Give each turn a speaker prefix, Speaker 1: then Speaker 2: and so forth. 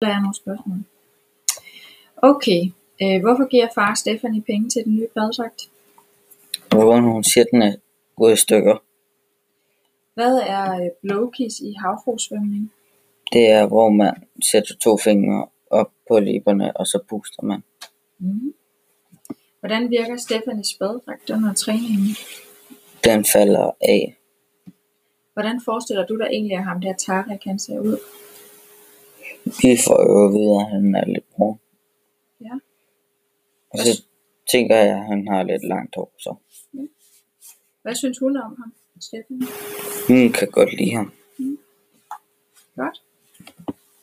Speaker 1: Der er nogle spørgsmål. Okay, øh, hvorfor giver far Stephanie penge til den nye badedragt?
Speaker 2: Moren hun siger, den er gået i stykker.
Speaker 1: Hvad er øh, blowkiss i havfruesvømning?
Speaker 2: Det er, hvor man sætter to fingre op på læberne, og så puster man.
Speaker 1: Mm. Hvordan virker Stephanies badedragt under træningen?
Speaker 2: Den falder af.
Speaker 1: Hvordan forestiller du dig egentlig, at ham der Tarek kan se ud?
Speaker 2: Vi får jo at vide, at han er lidt brun.
Speaker 1: Ja.
Speaker 2: Og så tænker jeg, at han har lidt langt hår, så
Speaker 1: Hvad synes hun om ham, Stephanie?
Speaker 2: hun kan godt lide ham.
Speaker 1: Godt.